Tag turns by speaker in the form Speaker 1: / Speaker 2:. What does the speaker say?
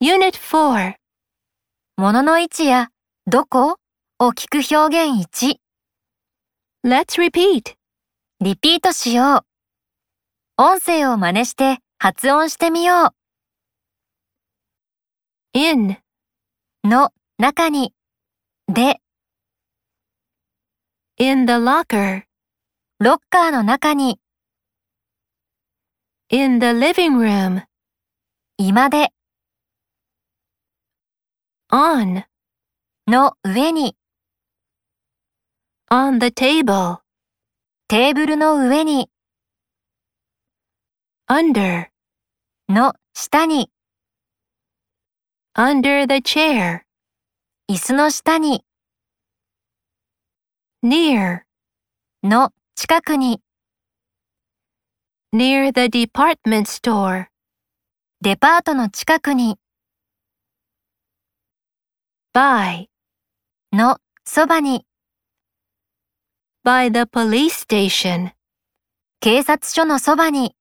Speaker 1: Unit 4.
Speaker 2: 物の位置やどこを聞く表現1、
Speaker 1: Let's repeat.
Speaker 2: リピートしよう。音声を真似して発音してみよ
Speaker 1: In,
Speaker 2: う。の中に、で、
Speaker 1: in the locker,
Speaker 2: ロッカーの中に、
Speaker 1: in the living room,
Speaker 2: 今で、
Speaker 1: on,
Speaker 2: の上に、
Speaker 1: on the table,
Speaker 2: テーブルの上に、
Speaker 1: under,
Speaker 2: の下に、
Speaker 1: under the chair,
Speaker 2: 椅子の下に、
Speaker 1: near,
Speaker 2: の近くに、
Speaker 1: near the department store,
Speaker 2: デパートの近くに、
Speaker 1: by,
Speaker 2: のそばに、
Speaker 1: by the police station,
Speaker 2: 警察署のそばに、